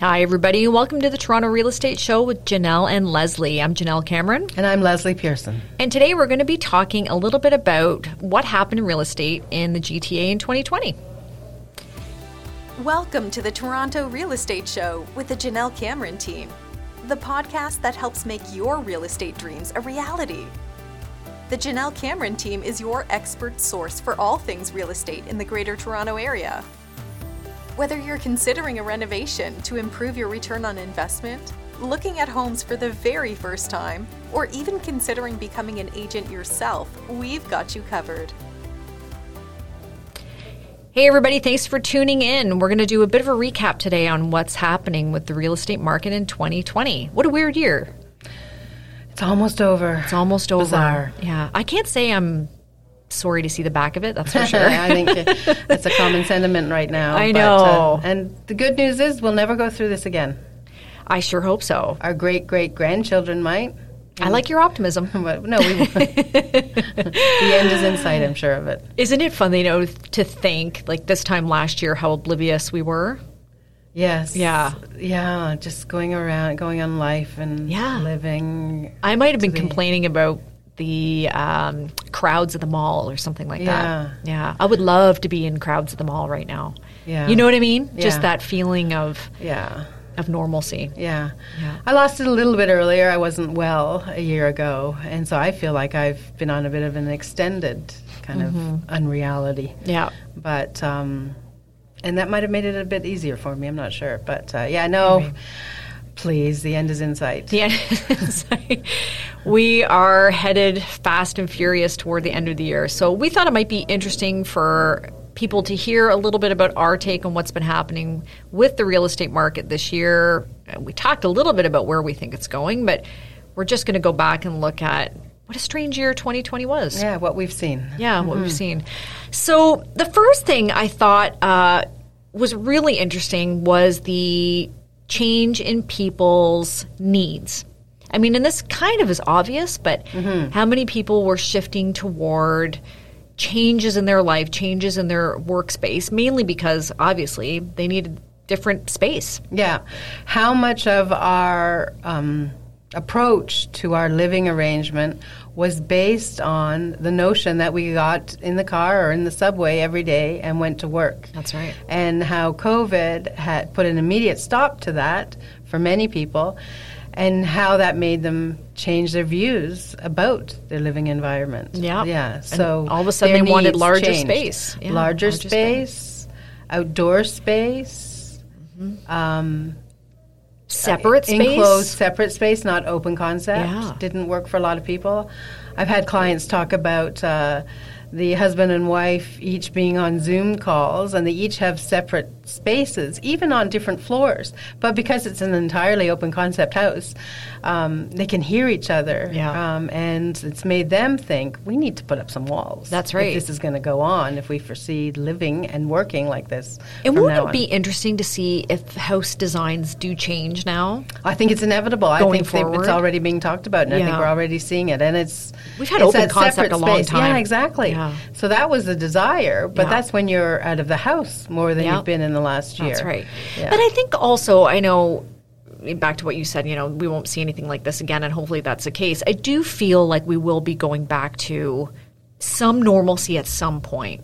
Hi, everybody. Welcome to the Toronto Real Estate Show with Janelle and Leslie. I'm Janelle Cameron. And I'm Leslie Pearson. And today we're going to be talking a little bit about what happened in real estate in the GTA in 2020. Welcome to the Toronto Real Estate Show with the Janelle Cameron team, the podcast that helps make your real estate dreams a reality. The Janelle Cameron team is your expert source for all things real estate in the Greater Toronto Area. Whether you're considering a renovation to improve your return on investment, looking at homes for the very first time, or even considering becoming an agent yourself, we've got you covered. Hey, everybody, thanks for tuning in. We're going to do a bit of a recap today on what's happening with the real estate market in 2020. What a weird year. It's almost over. It's almost over. Bizarre. Yeah. I can't say I'm sorry to see the back of it, that's for sure. I think it- that's a common sentiment right now. I but, know. uh, and the good news is we'll never go through this again. I sure hope so. Our great great grandchildren might. I like your optimism. But no, we won't. the end is in sight, I'm sure of it. Isn't it funny, though, to think like this time last year how oblivious we were? Yes. Yeah. Yeah. Just going around, going on life and Yeah. living. I might have been the- complaining about the um, crowds at the mall or something like Yeah. that. Yeah. I would love to be in crowds at the mall right now. Yeah. You know what I mean? Just Yeah. that feeling of, Yeah. of normalcy. Yeah. Yeah. I lost it a little bit earlier. I wasn't well a year ago. And so I feel like I've been on a bit of an extended kind of Mm-hmm. unreality. Yeah. But, um, and that might have made it a bit easier for me. I'm not sure. But uh, yeah, no, please, the end is in sight. The end. Sorry. we are headed fast and furious toward the end of the year. So we thought it might be interesting for people to hear a little bit about our take on what's been happening with the real estate market this year. And We talked a little bit about where we think it's going, but we're just going to go back and look at what a strange year 2020 was. Yeah, what we've seen. Yeah, what Mm-hmm. we've seen. So the first thing I thought uh, was really interesting was the change in people's needs. I mean, and this kind of is obvious, but Mm-hmm. how many people were shifting toward changes in their life, changes in their workspace, mainly because obviously they needed different space. Yeah. How much of our um, approach to our living arrangement was based on the notion that we got in the car or in the subway every day and went to work? That's right. And how COVID had put an immediate stop to that for many people, and how that made them change their views about their living environment. Yeah. Yeah. And So all of a sudden their they wanted needs larger changed. space. Yeah, larger, larger space. space, outdoor space. Mm-hmm. Um, Separate space. enclosed separate space not open concept Yeah. didn't work for a lot of people i've had clients talk about uh, the husband and wife each being on zoom calls and they each have separate spaces even on different floors but because it's an entirely open concept house um, they can hear each other Yeah. um, and it's made them think we need to put up some walls That's if right. this is going to go on if we foresee living and working like this And from won't now it on. be interesting to see if house designs do change now? I think it's inevitable. I Going think they- forward. it's already being talked about, and I think Yeah. we're already seeing it. And it's We've had it's open that concept separate a long space. time. Yeah, exactly. Yeah. So that was the desire, but Yeah. that's when you're out of the house more than Yeah. you've been in the last year. That's right. Yeah. But I think also, I know, back to what you said, you know, we won't see anything like this again, and hopefully that's the case. I do feel like we will be going back to some normalcy at some point.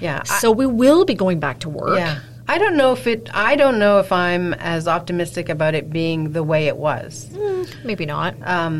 yeah. I- So we will be going back to work. Yeah. I don't know if it. I don't know if I'm as optimistic about it being the way it was. Maybe not. Uh,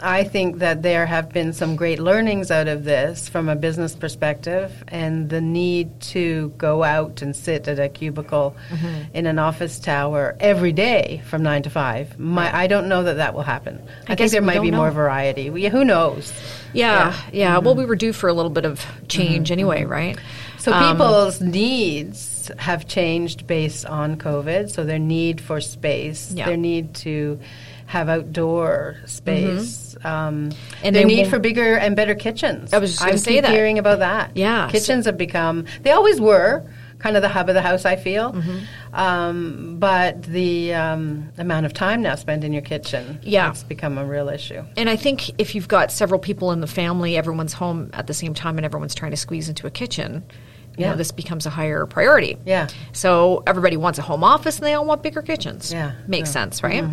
I think that there have been some great learnings out of this from a business perspective and the need to go out and sit at a cubicle Mm-hmm. in an office tower every day from 9 to 5. My, I don't know that that will happen. I, guess think there we might don't be more know. variety. We, who knows? yeah. Yeah. Mm-hmm. Well, we were due for a little bit of change anyway, right? So Um, people's needs have changed based on COVID. So their need for space, Yeah. their need to have outdoor space, um, Mm-hmm. And and their they need won't- for bigger and better kitchens. I was just I'm gonna say keep that. hearing about that. Yeah, so- kitchens have become. They always were kind of the hub of the house. I feel, Mm-hmm. um, but the um, amount of time now spent in your kitchen, Yeah. it's become a real issue. And I think if you've got several people in the family, everyone's home at the same time, and everyone's trying to squeeze into a kitchen, you know, Yeah. this becomes a higher priority. Yeah. So everybody wants a home office and they all want bigger kitchens. Yeah. Mm-hmm, Makes sense, right?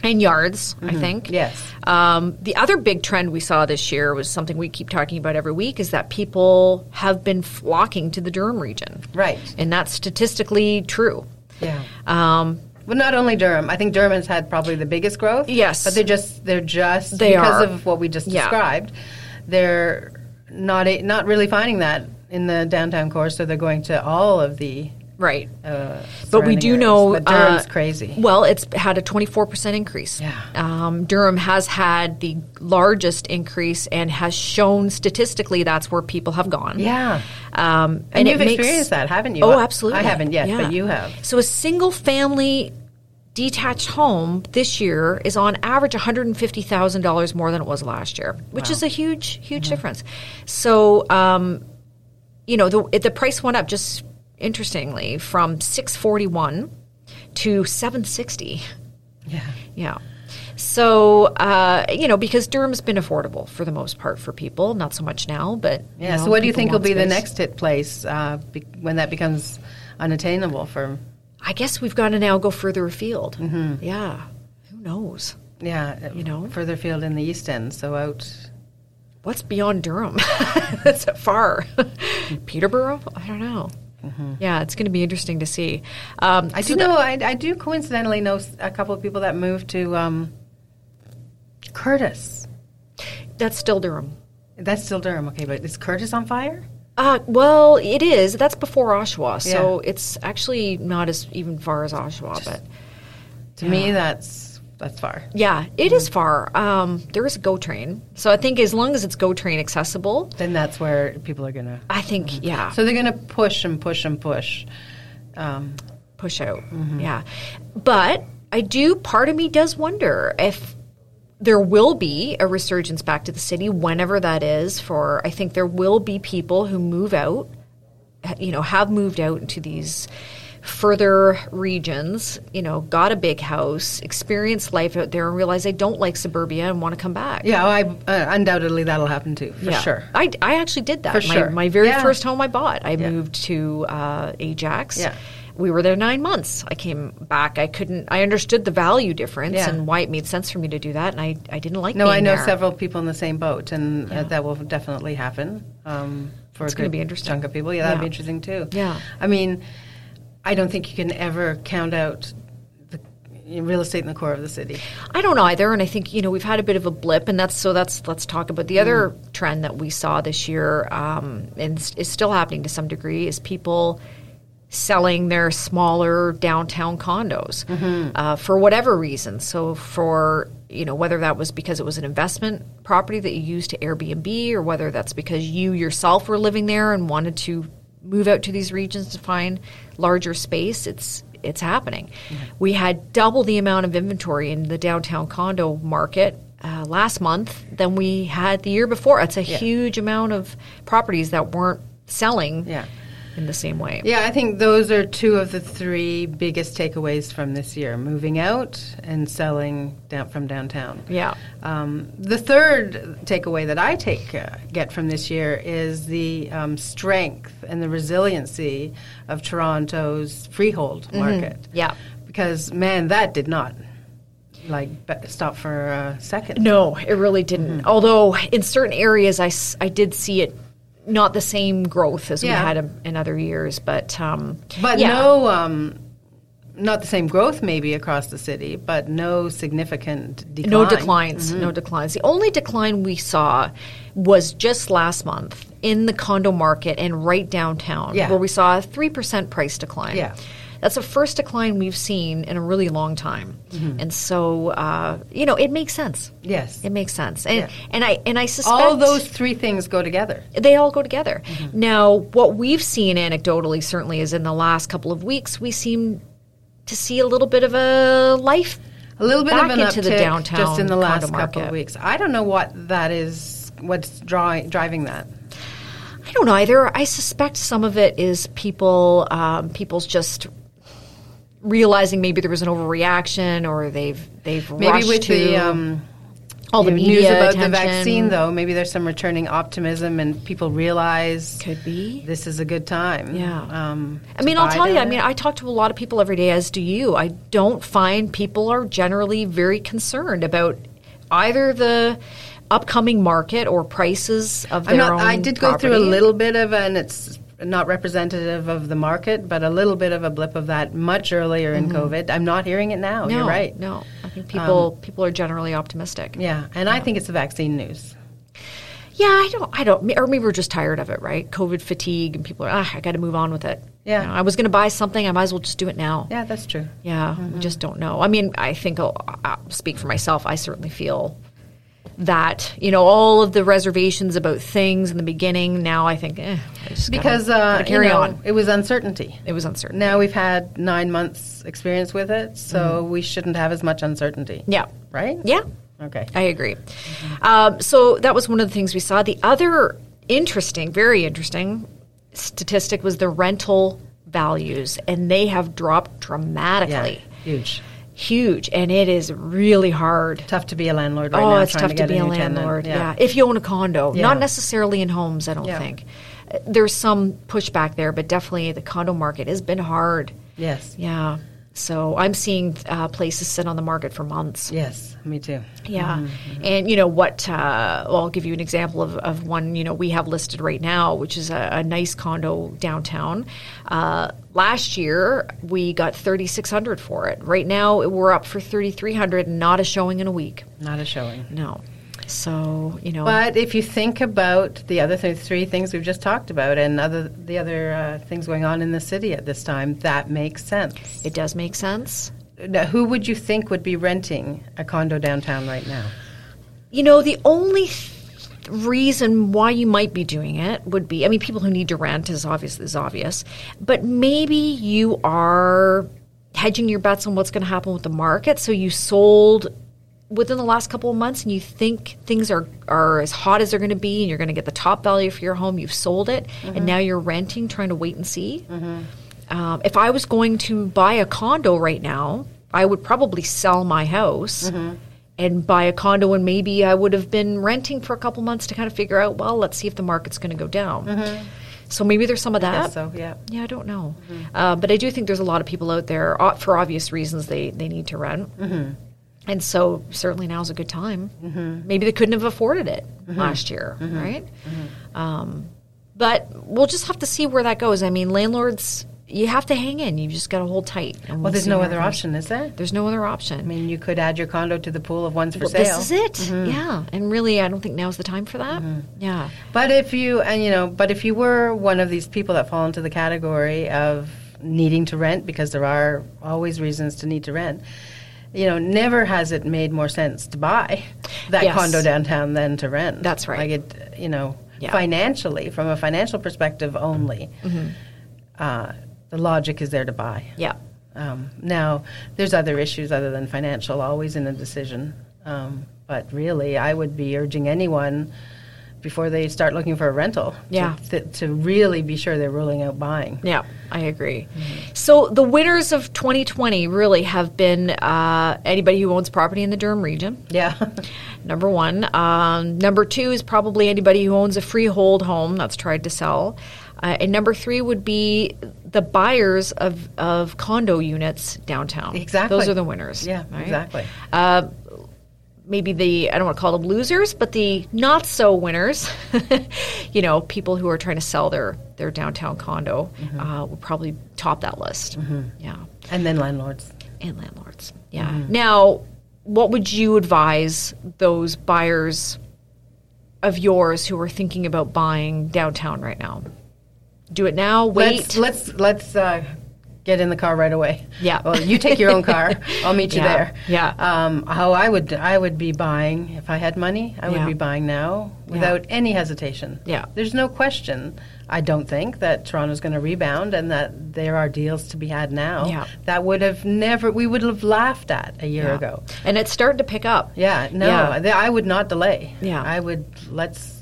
And yards, I think. Yes. Um, the other big trend we saw this year was something we keep talking about every week is that people have been flocking to the Durham region. Right. And that's statistically true. Yeah. Um, Well, not only Durham. I think Durham has had probably the biggest growth. Yes. but they're just they're just They because are. of what we just Yeah. described. They're not a, not really finding that in the downtown core, so they're going to all of the. right. Uh, but we surrounding do areas. know but Durham's uh, crazy. Well, it's had a 24% increase. Yeah. Um, Durham has had the largest increase and has shown statistically that's where people have gone. yeah, Um, and, it you've makes- experienced that, haven't you? Oh, I- absolutely. I haven't yet, Yeah. but you have. So a single family detached home this year is on average $150,000 more than it was last year, which is a huge, huge Mm-hmm. difference. So, um, you know, the, it- the price went up just interestingly from 641 to 760. Yeah, Yeah. So, uh, you know, because Durham's been affordable for the most part for people, not so much now, but. yeah. so, what do you people think will want be the space. next hit place uh, be- when that becomes unattainable for? I guess we've got to now go further afield. Yeah. Who knows? Yeah, You know? further field in the East End, so out What's beyond Durham? That's far. Peterborough? I don't know. Yeah, it's going to be interesting to see. Um, Mm-hmm. I so do the- know. I, I do coincidentally know s- a couple of people that moved to um, Curtis. that's still Durham. That's still Durham, okay? But is Curtis on fire? Uh, well, it is. That's before Oshawa, so it's actually not as even far as Oshawa, but To me, that's that's far. yeah, it is far. Um, there is a GO train, so I think as long as it's GO train accessible, Then that's where people are gonna. I think yeah. So they're gonna push and push and push. Um, push out. Yeah. But I do, part of me does wonder if there will be a resurgence back to the city whenever that is for I think there will be people who move out ha- you know have moved out into these further regions you know got a big house experienced life out there and realize they don't like suburbia and want to come back yeah, I uh, undoubtedly that'll happen too, for yeah. sure. I, I actually did that. For my, sure. my very Yeah. first home I bought, I Yeah. moved to uh, Ajax. Yeah. We were there nine months. I came back. I couldn't. I understood the value difference Yeah. and why it made sense for me to do that, and I, I didn't like. No, being I know there. several people in the same boat, and uh, that will definitely happen um, for It's a gonna good be interesting. chunk of people. Yeah, that'd Yeah. be interesting too. Yeah. I mean, I don't think you can ever count out the you know, real estate in the core of the city. I don't either, and I think you know we've had a bit of a blip, and that's so that's let's talk about the other trend that we saw this year, um, and s- is still happening to some degree, is people selling their smaller downtown condos uh, for whatever reason. So for you know whether that was because it was an investment property that you used to Airbnb, or whether that's because you yourself were living there and wanted to move out to these regions to find larger space. It's it's happening. We had double the amount of inventory in the downtown condo market uh, last month than we had the year before. It's a huge amount of properties that weren't selling Yeah. in the same way. Yeah, I think those are two of the three biggest takeaways from this year: moving out and selling down from downtown. Yeah. Um, the third takeaway that I take uh, get from this year is the um, strength and the resiliency of Toronto's freehold market. Mm-hmm. Yeah. because man, that did not like b- stop for a second. No, it really didn't. Although in certain areas, I, s- I did see it not the same growth as Yeah. we had in, in other years, but um, But yeah. no, um, not the same growth maybe across the city, but no significant decline. Mm-hmm. No declines. No declines. The only decline we saw was just last month in the condo market and right downtown, Yeah. where we saw a 3% price decline. Yeah. That's the first decline we've seen in a really long time. Mm-hmm. And so, uh, you know, it makes sense. Yes. It makes sense. And, Yeah. and, I, and I suspect All those Mm-hmm. three things go together. they all go together. Now, what we've seen anecdotally, certainly, is in the last couple of weeks, we seem to see a little bit of a life A little bit back of an into uptick the downtown just in the last condo couple market. of weeks. I don't know what that is. What's drawing, driving that? I don't either. I suspect some of it is people, um, people's just realizing maybe there was an overreaction or they've they've Maybe rushed with to the um, All the you know, media news about attention. the vaccine, though, maybe there's some returning optimism, and people realize Could be. this is a good time. Yeah. Um, I mean, to I'll buy tell you, I them. mean, I talk to a lot of people every day, as do you. I don't find people are generally very concerned about either the upcoming market or prices of their I'm not, own I did go through a property. little bit of, and it's not representative of the market, but a little bit of a blip of that much earlier in COVID. I'm not hearing it now. Mm-hmm. No, oh, You're right. Um, No, I think people people are generally optimistic. Yeah, and I think it's the vaccine news. Yeah, I don't, I don't, or maybe we're just tired of it, right? COVID fatigue, and people are, ah, I got to move on with it. Yeah. You know, I was going to buy something, I might as well just do it now. Yeah, Mm-hmm. that's true. Yeah, we just don't know. I mean, I think I'll, I'll speak for myself. I certainly feel that you know all of the reservations about things in the beginning. Now I think eh, I just gotta- Because uh, gotta carry you know, on. it was uncertainty. It was uncertain. Now we've had nine months experience with it, so we shouldn't have as much uncertainty. Yeah. Right? Mm. Yeah. Okay. I agree. Um, so that was one of the things we saw. The other interesting, very interesting statistic was the rental values, and they have dropped dramatically. Huge. Huge, and it is really hard Tough to be a landlord right oh, now. it's trying tough to, to, get be a, new tenant. landlord. Yeah. if you own a condo, Yeah. not necessarily in homes. I don't Yeah. think Uh, there's some pushback there, but definitely the condo market has been hard. Yes. Yeah, so I'm seeing uh, places sit on the market for months. Yes. Me too. Yeah. And, you know, what, uh, well, I'll give you an example of, of one, you know, we have listed right now, which is a, a nice condo downtown. Uh, last year, we got 3600 for it. Right now, we're up for 3300 and not a showing in a week. Not a showing. No. So, you know, But if you think about the other th- three things we've just talked about, and other the other uh, things going on in the city at this time, that makes sense. it does make sense. Now, who would you think would be renting a condo downtown right now? You know, the only th- reason why you might be doing it would be I mean, people who need to rent is obvious is obvious, but maybe you are hedging your bets on what's going to happen with the market, so you sold within the last couple of months and you think things are, are as hot as they're going to be and you're going to get the top value for your home you've sold it and now you're renting trying to wait and see um, if I was going to buy a condo right now, I would probably sell my house Mm-hmm. and buy a condo, and maybe I would have been renting for a couple months to kind of figure out, well, let's see if the market's going to go down. So maybe there's some of that. Mm-hmm. Guess so yeah. Yeah, I don't know. Uh, but I do think there's a lot of people out there, o- for obvious reasons, they, they need to rent. Mm-hmm. And so certainly now's a good time. Maybe they couldn't have afforded it Mm-hmm. last year, right? Um, but we'll just have to see where that goes. I mean, landlords, you have to hang in. You just got to hold tight. and Well, there's see no where it other goes. option, is there? There's no other option. I mean, you could add your condo to the pool of ones for Well, sale. Mm-hmm. this is it. Yeah. And really, I don't think now's the time for that. Yeah. But if you and you know, but if you were one of these people that fall into the category of needing to rent because there are always reasons to need to rent, you know, never has it made more sense to buy that Yes. condo downtown than to rent. That's right. Like it, you know, Yeah. Mm-hmm. financially from a financial perspective only, uh, the logic is there to buy. Yeah. Um, now, there's other issues other than financial always in a decision. Um, but really, I would be urging anyone before they start looking for a rental Yeah. to, th- to really be sure they're ruling out buying. Yeah, I agree. So the winners of 2020 really have been uh, anybody who owns property in the Durham region. Yeah. Number one. Um, number two is probably anybody who owns a freehold home that's tried to sell. Uh, and number three would be the buyers of, of condo units downtown. exactly. Those are the winners. Yeah, right? exactly. maybe the I don't want to call them losers, but the not so winners, you know, people who are trying to sell their their downtown condo Mm-hmm. uh, will probably top that list. Yeah, And then landlords. and landlords. Yeah. Mm-hmm. Now, what would you advise those buyers of yours who are thinking about buying downtown right now? Do it now. Wait. Let's let's let's uh, get in the car right away. Yeah. Well, you take your own car. I'll meet you Yeah, there. yeah. Um, how I would I would be buying if I had money. I Yeah. would be buying now without any hesitation. Yeah. There's no question. I don't think that Toronto's going to rebound and that there are deals to be had now Yeah. that would have never we would have laughed at a year Yeah. ago. And it's starting to pick up. Yeah. No. Yeah. th- I would not delay. Yeah. I would let's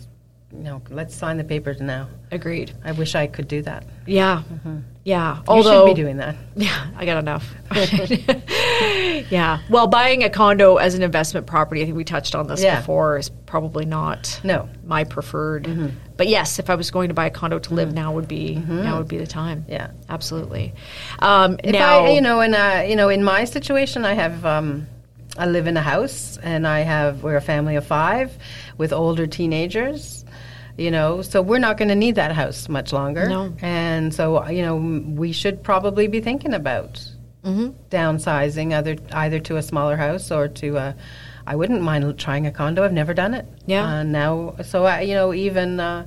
no, let's sign the papers now. Agreed. I wish I could do that. Yeah. Yeah. Mm-hmm. you Although, should be doing that. yeah, I got enough. yeah. Well, buying a condo as an investment property, I think we touched on this Yeah. before, is probably not No. my preferred. Mm-hmm. But yes, if I was going to buy a condo to live, now would be now would be the time. Yeah. absolutely. Um, Mm-hmm. If now, I, you know, and uh, you know, in my situation, I have. Um, I live in a house, and I have we're a family of five with older teenagers. You know, so we're not going to need that house much longer. No. And so, you know, m- we should probably be thinking about Mm-hmm. downsizing either either to a smaller house or to a. I wouldn't mind l- trying a condo. I've never done it. Yeah. Uh, now, so I, you know, even uh,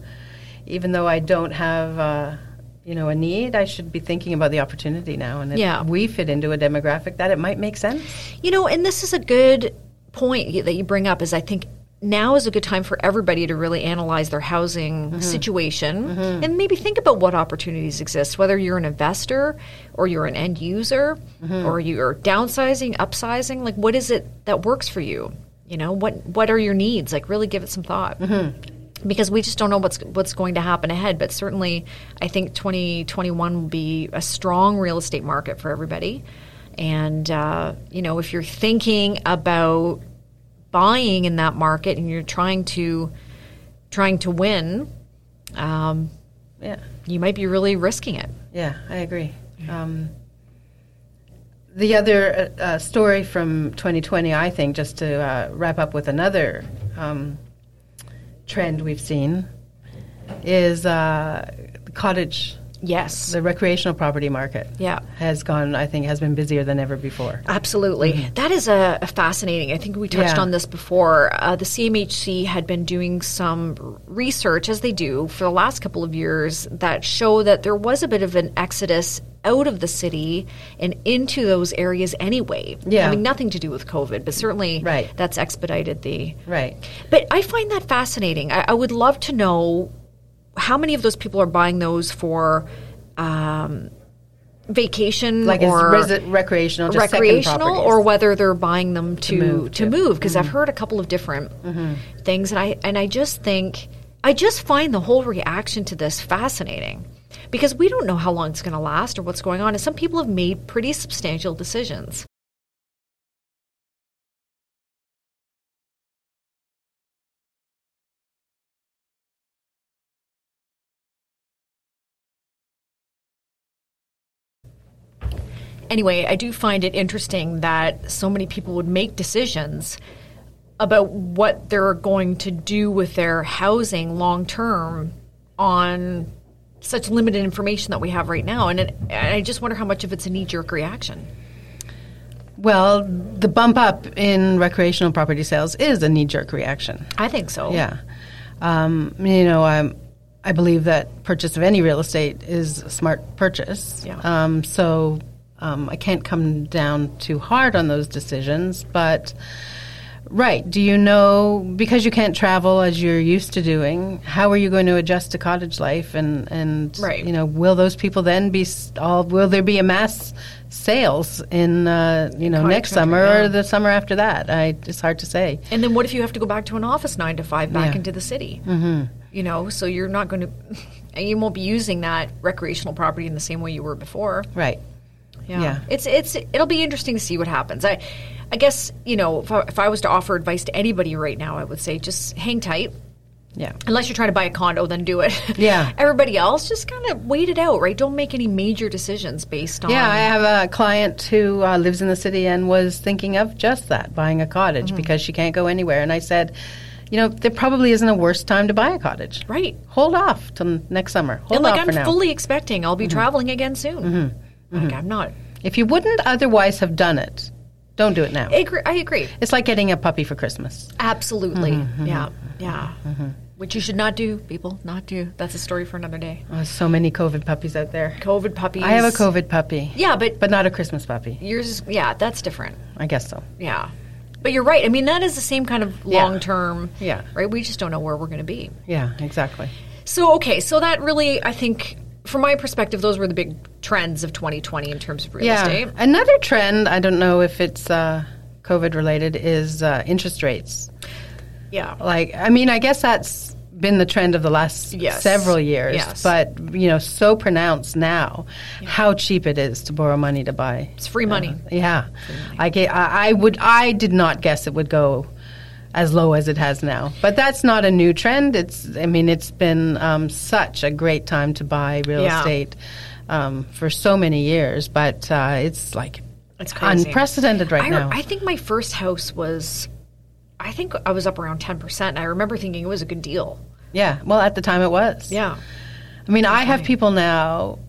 even though I don't have. Uh, you know, a need. I should be thinking about the opportunity now, and if Yeah. we fit into a demographic that it might make sense. You know, and this is a good point y- that you bring up is I think now is a good time for everybody to really analyze their housing situation and maybe think about what opportunities exist, whether you're an investor or you're an end user or you're downsizing, upsizing, like what is it that works for you? You know, what what are your needs? Like really give it some thought. Because we just don't know what's what's going to happen ahead, but certainly I think 2021 will be a strong real estate market for everybody. And, uh, you know, if you're thinking about buying in that market and you're trying to trying to win, um, Yeah, you might be really risking it. yeah, I agree. Um, the other uh, uh, story from 2020, I think, just to uh, wrap up with another um, trend we've seen, is uh, cottage, Yes. the recreational property market. Yeah. has gone. I think has been busier than ever before. Absolutely. That is a, a fascinating. I think we touched Mm-hmm. Yeah. on this before. Uh, the CMHC had been doing some r- research, as they do, for the last couple of years that show that there was a bit of an exodus out of the city and into those areas anyway. Yeah. Having nothing to do with COVID, but certainly Right. that's expedited the. Right. But I find that fascinating. I, I would love to know how many of those people are buying those for. Um, vacation Like it's or resi- recreational, just second recreational properties. or whether they're buying them to to move move Mm-hmm. to. because I've heard a couple of different things and I and I just think I just find the whole reaction to this fascinating because we don't know how long it's going to last or what's going on and some people have made pretty substantial decisions. anyway, I do find it interesting that so many people would make decisions about what they're going to do with their housing long term on such limited information that we have right now. And, it, and I just wonder how much of it's a knee jerk reaction. Well, the bump up in recreational property sales is a knee jerk reaction. I think so. Yeah. Um, you know, i I believe that purchase of any real estate is a smart purchase. Yeah. Um, so um, I can't come down too hard on those decisions, but. Right. Do you know because you can't travel as you're used to doing? How are you going to adjust to cottage life? And and Right. you know, will those people then be s- all? Will there be a mass sales in uh, you know Cottage next country, summer yeah. or the summer after that? I, it's hard to say. And then what if you have to go back to an office nine to five back Yeah. into the city? Mm-hmm. You know, so you're not going to, and you won't be using that recreational property in the same way you were before. Right. Yeah. Yeah. It's it's it'll be interesting to see what happens. I I guess, you know, if I, if I was to offer advice to anybody right now, I would say just hang tight. Yeah. Unless you're trying to buy a condo, then do it. Yeah. Everybody else just kind of wait it out, right? Don't make any major decisions based on Yeah, I have a client who uh, lives in the city and was thinking of just that, buying a cottage because she can't go anywhere. And I said, you know, there probably isn't a worse time to buy a cottage. Right. Hold off till next summer. Hold And like off I'm for now. Mm-hmm. fully expecting I'll be traveling again soon. Like I'm not if you wouldn't otherwise have done it, don't do it now. I agree, I agree. it's like getting a puppy for Christmas. Absolutely. Yeah. Mm-hmm. Yeah. Which you should not do, people. Not do. That's a story for another day. Oh, so many COVID puppies out there. COVID puppies. I have a COVID puppy, Yeah, but but not a Christmas puppy. yours is yeah, that's different. I guess so. Yeah. But you're right. I mean, that is the same kind of Yeah. long term. Yeah. Right? We just don't know where we're going to be. Yeah, exactly. So, okay. So, that really, I think, from my perspective, those were the big trends of 2020 in terms of real estate. Another trend, I don't know if it's uh, COVID related, is uh, interest rates. Yeah. Like, I mean, I guess that's been the trend of the last Yes. several years, Yes. but you know, so pronounced now how cheap it is to borrow money to buy. It's free money. Yeah, I, ga- I I would. I did not guess it would go as low as it has now. But that's not a new trend. It's. I mean, it's been um, such a great time to buy real Yeah. estate um, for so many years. But uh, it's like It's crazy. unprecedented right I, now. I think my first house was, I think I was up around 10%. And I remember thinking it was a good deal. yeah. Well, at the time it was. Yeah. I mean, I have people now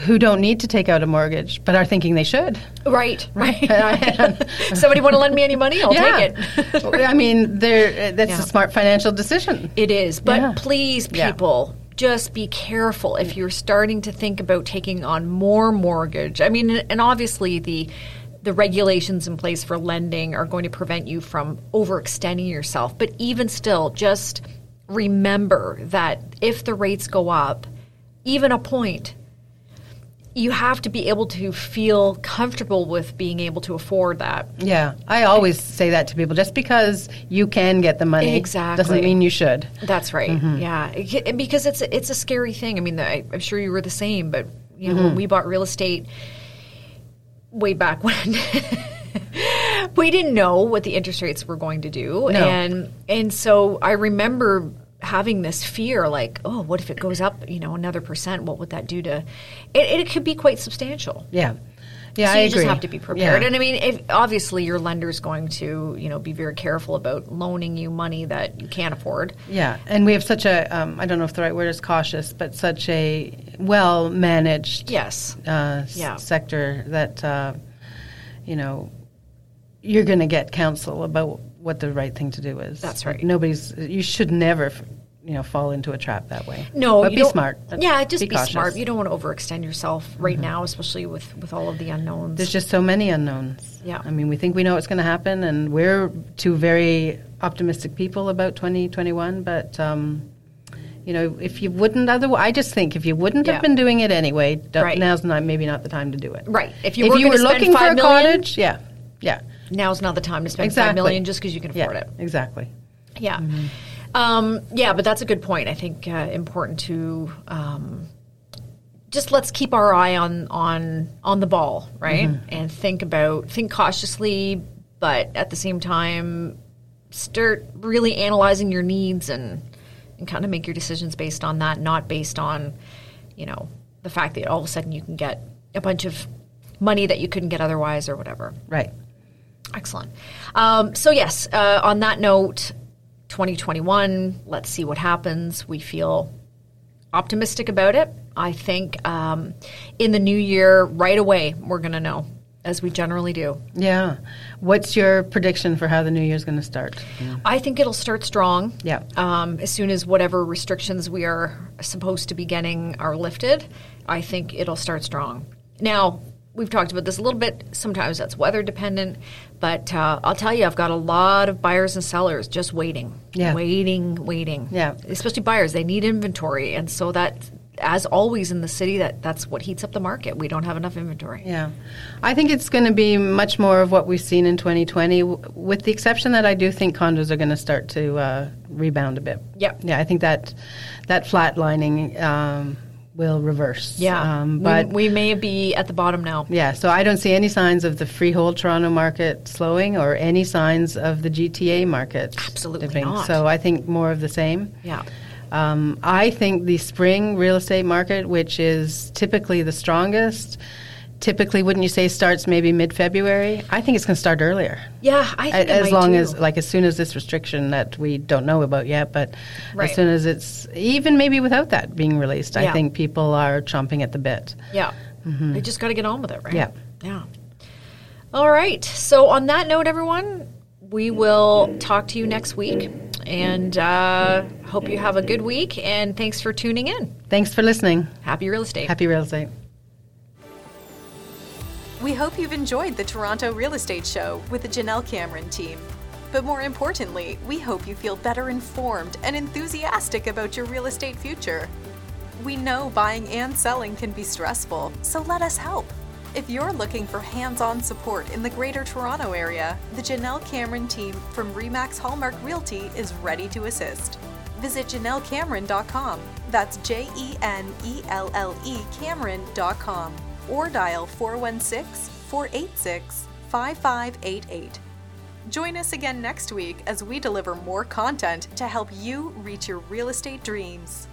who don't need to take out a mortgage, but are thinking they should. Right, right. Somebody want to lend me any money? I'll take it. I mean, they're, that's Yeah. a smart financial decision. It is. But Yeah. please, Yeah. people, just be careful if you're starting to think about taking on more mortgage. I mean, and obviously the the regulations in place for lending are going to prevent you from overextending yourself. But even still, just remember that if the rates go up, even a point, you have to be able to feel comfortable with being able to afford that. Yeah, I always say that to people. Just because you can get the money Exactly. doesn't mean you should. That's right. Mm-hmm. Yeah, It ca- and because it's it's a scary thing. I mean, I, I'm sure you were the same, but you know, Mm-hmm. when we bought real estate way back when. We didn't know what the interest rates were going to do, No. and and so I remember having this fear, like, oh, what if it goes up, you know, another percent? What would that do to? It, it could be quite substantial. Yeah, So yeah, I you agree. just have to be prepared. Yeah. And I mean, if, obviously, your lender's going to, you know, be very careful about loaning you money that you can't afford. Yeah, and we have such a, um, I don't know if the right word is cautious, but such a well managed Yes. uh, s- Yeah. sector that, uh, you know, you're going to get counsel about what the right thing to do is. That's right. Nobody's, you should never, f- you know, fall into a trap that way. No, but you be don't- smart. Yeah, just be, cautious. Mm-hmm. smart. You don't want to overextend yourself right now, especially with with all of the unknowns. There's just so many unknowns. Yeah. I mean, we think we know what's going to happen, and we're two very optimistic people about 2021. But um, you know, if you wouldn't otherwise, I just think if you wouldn't Yeah. have been doing it anyway, d- Right. now's not maybe not the time to do it. Right. If you were gonna spend looking for a five million- cottage, yeah, yeah, Now's not the time to spend five Exactly. million just because you can yeah, afford it. exactly. Yeah. Um, yeah, but that's a good point. I think uh, important to um, just let's keep our eye on on on the ball, right? And think about think cautiously, but at the same time, start really analyzing your needs and and kind of make your decisions based on that, not based on you know the fact that all of a sudden you can get a bunch of money that you couldn't get otherwise or whatever. Right. Excellent. Um, so, yes, uh, on that note, 2021, let's see what happens. We feel optimistic about it. I think um, in the new year, right away, we're going to know, as we generally do. Yeah. What's your prediction for how the new year's going to start? I think it'll start strong. Yeah. Um, as soon as whatever restrictions we are supposed to be getting are lifted, I think it'll start strong. Now, we've talked about this a little bit. Sometimes that's weather dependent, but uh, I'll tell you, I've got a lot of buyers and sellers just waiting, Yeah. waiting, waiting. Yeah. Especially buyers, they need inventory, and so that, as always in the city, that that's what heats up the market. We don't have enough inventory. Yeah. I think it's going to be much more of what we've seen in 2020, w- with the exception that I do think condos are going to start to uh, rebound a bit. Yep. Yeah, I think that that flatlining um, will reverse. Yeah, Um, We- but we may be at the bottom now. yeah, so I don't see any signs of the freehold Toronto market slowing or any signs of the GTA market. Absolutely dipping. not. So I think more of the same. Yeah. Um, I think the spring real estate market, which is typically the strongest, typically wouldn't you say starts maybe mid-February? I think it's going to start earlier. Yeah, I think it A- As might long too. as, like, as soon as this restriction that we don't know about yet, but Right. as soon as it's even maybe without that being released, Yeah. I think people are chomping at the bit. Yeah. They just got to get on with it, right? Yeah. Yeah. All right. So, on that note, everyone, we will talk to you next week and uh, hope you have a good week. And thanks for tuning in. Thanks for listening. Happy real estate. Happy real estate. We hope you've enjoyed the Toronto Real Estate Show with the Janelle Cameron team. But more importantly, we hope you feel better informed and enthusiastic about your real estate future. We know buying and selling can be stressful, so let us help. If you're looking for hands on support in the Greater Toronto Area, the Janelle Cameron team from REMAX Hallmark Realty is ready to assist. visit JanelleCameron.com. That's J E N E L L E Cameron.com or dial 416 486 5588. Join us again next week as we deliver more content to help you reach your real estate dreams.